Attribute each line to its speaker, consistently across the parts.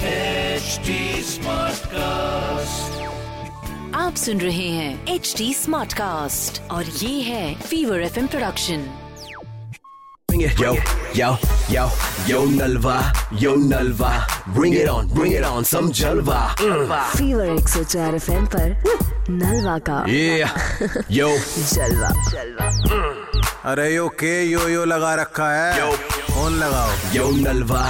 Speaker 1: HD
Speaker 2: हाँ,
Speaker 1: Smartcast.
Speaker 3: आप सुन रहे हैं एच डी स्मार्ट कास्ट और ये है Fever F production
Speaker 4: Bring it. Yo, yo, yo, yo Nalva, yo Nalva. Bring it on, bring it on, some Jalva. Mm.
Speaker 3: Fever एक सौ चार एफ एम नलवा का
Speaker 4: Yeah, yo,
Speaker 3: जलवा
Speaker 5: अरे यो के यो यो लगा रखा है
Speaker 4: Yo.
Speaker 5: फोन लगाओ
Speaker 4: yo Nalva.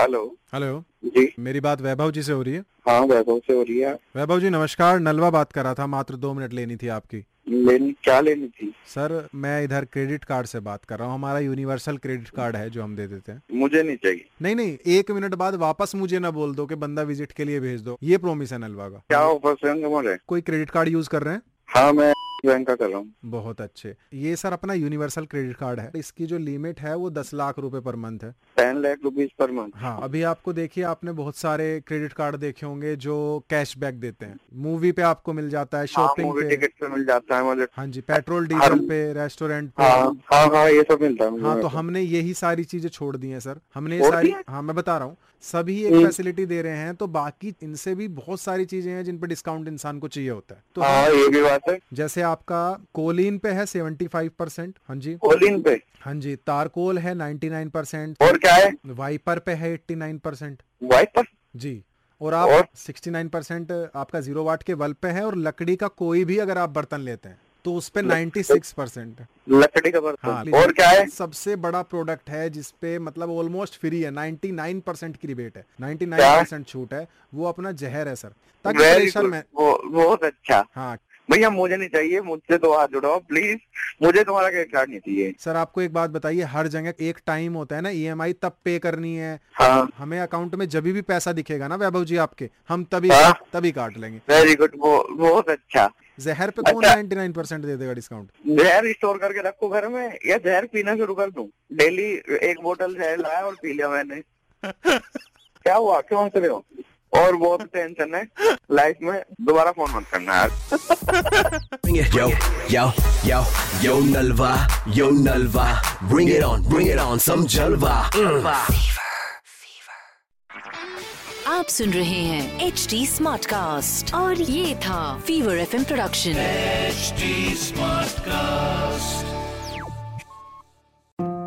Speaker 2: हेलो
Speaker 5: हेलो
Speaker 2: जी
Speaker 5: मेरी बात वैभव जी से हो रही है
Speaker 2: हाँ वैभव से हो रही है
Speaker 5: वैभव जी नमस्कार नलवा बात कर रहा था मात्र दो मिनट लेनी थी आपकी
Speaker 2: लेनी क्या लेनी थी
Speaker 5: सर मैं इधर क्रेडिट कार्ड से बात कर रहा हूँ हमारा यूनिवर्सल क्रेडिट कार्ड है जो हम दे देते हैं
Speaker 2: मुझे नहीं चाहिए
Speaker 5: नहीं नहीं एक मिनट बाद वापस मुझे ना बोल दो कि बंदा विजिट के लिए भेज दो ये प्रोमिस है नलवा का
Speaker 2: क्या ऑफर से होंगे मुझे
Speaker 5: कोई क्रेडिट कार्ड यूज कर रहे हैं
Speaker 2: हाँ मैं बैंक का कर रहा हूँ
Speaker 5: बहुत अच्छे ये सर अपना यूनिवर्सल क्रेडिट कार्ड है इसकी जो लिमिट है वो दस लाख रुपए पर मंथ है
Speaker 2: ten lakh rupees per month
Speaker 5: हाँ अभी आपको देखिए आपने बहुत सारे क्रेडिट कार्ड देखे होंगे जो कैशबैक देते हैं मूवी पे आपको मिल जाता है
Speaker 2: हाँ
Speaker 5: शॉपिंग
Speaker 2: मूवी
Speaker 5: पे
Speaker 2: टिकट पे मिल जाता है मुझे
Speaker 5: हाँ जी पेट्रोल
Speaker 2: हर-
Speaker 5: डीजल पे रेस्टोरेंट पे
Speaker 2: हाँ हाँ हाँ ये सब मिलता है मुझे
Speaker 5: हाँ तो हमने यही सारी चीजें छोड़ दी हैं सर हमने ये
Speaker 2: छोड़
Speaker 5: सारी
Speaker 2: दी हैं?
Speaker 5: हाँ मैं बता रहा हूँ सभी एक
Speaker 2: हम्म।
Speaker 5: फैसिलिटी दे रहे हैं तो बाकी इनसे भी बहुत सारी चीजें हैं जिन पर डिस्काउंट इंसान को चाहिए होता है तो हम-
Speaker 2: हाँ ये भी बात है
Speaker 5: जैसे आपका कोलिन पे है सेवेंटी फाइव परसेंट हाँ जी
Speaker 2: ओलिन पे
Speaker 5: हाँ जी तारकोल है नाइन्टी नाइन परसेंट
Speaker 2: और क्या है
Speaker 5: वाइपर पे है एट्टी नाइन परसेंट
Speaker 2: वाइपर
Speaker 5: जी और
Speaker 2: और?
Speaker 5: आप 69 परसेंट आपका जीरो वाट के बल्ब पे है और लकड़ी का कोई भी अगर आप बर्तन लेते हैं तो उस पे 96 परसेंट
Speaker 2: लकड़ी का
Speaker 5: हाँ,
Speaker 2: बर्तन हाँ, और क्या है
Speaker 5: सबसे बड़ा प्रोडक्ट है जिसपे मतलब ऑलमोस्ट फ्री है 99 परसेंट की रिबेट है 99
Speaker 2: क्या?
Speaker 5: परसेंट छूट है वो अपना जहर है सर ताकि
Speaker 2: वेरी
Speaker 5: प्रेशर में
Speaker 2: बहुत अच्छा
Speaker 5: हाँ
Speaker 2: भैया मुझे नहीं चाहिए मुझसे तो हाथ जुड़ाओ प्लीज मुझे तुम्हारा क्रेडिट कार्ड नहीं चाहिए
Speaker 5: सर आपको एक बात बताइए हर जगह एक टाइम होता है ना ईएमआई तब पे करनी है
Speaker 2: हाँ
Speaker 5: हमें अकाउंट में जब भी पैसा दिखेगा ना वैभव जी आपके हम तभी
Speaker 2: हाँ?
Speaker 5: तभी काट लेंगे
Speaker 2: वेरी गुड बहुत अच्छा
Speaker 5: जहर पे कौन
Speaker 2: अच्छा।
Speaker 5: 99 परसेंट दे देगा डिस्काउंट
Speaker 2: जहर स्टोर करके रखो घर में या जहर पीना शुरू कर दूं डेली एक बोतल जहर लाया और पी लिया मैंने क्या हुआ क्यों हंस रहे हो और बहुत टेंशन है लाइफ में दोबारा फोन मत करना यार
Speaker 4: Bring it. Yo, yo, yo, yo Nalva, yo Nalva. Bring it on, bring it on, some Jalva. Mm.
Speaker 3: आप सुन रहे हैं एच डी स्मार्ट कास्ट और ये था fever F production
Speaker 1: HD Smartcast.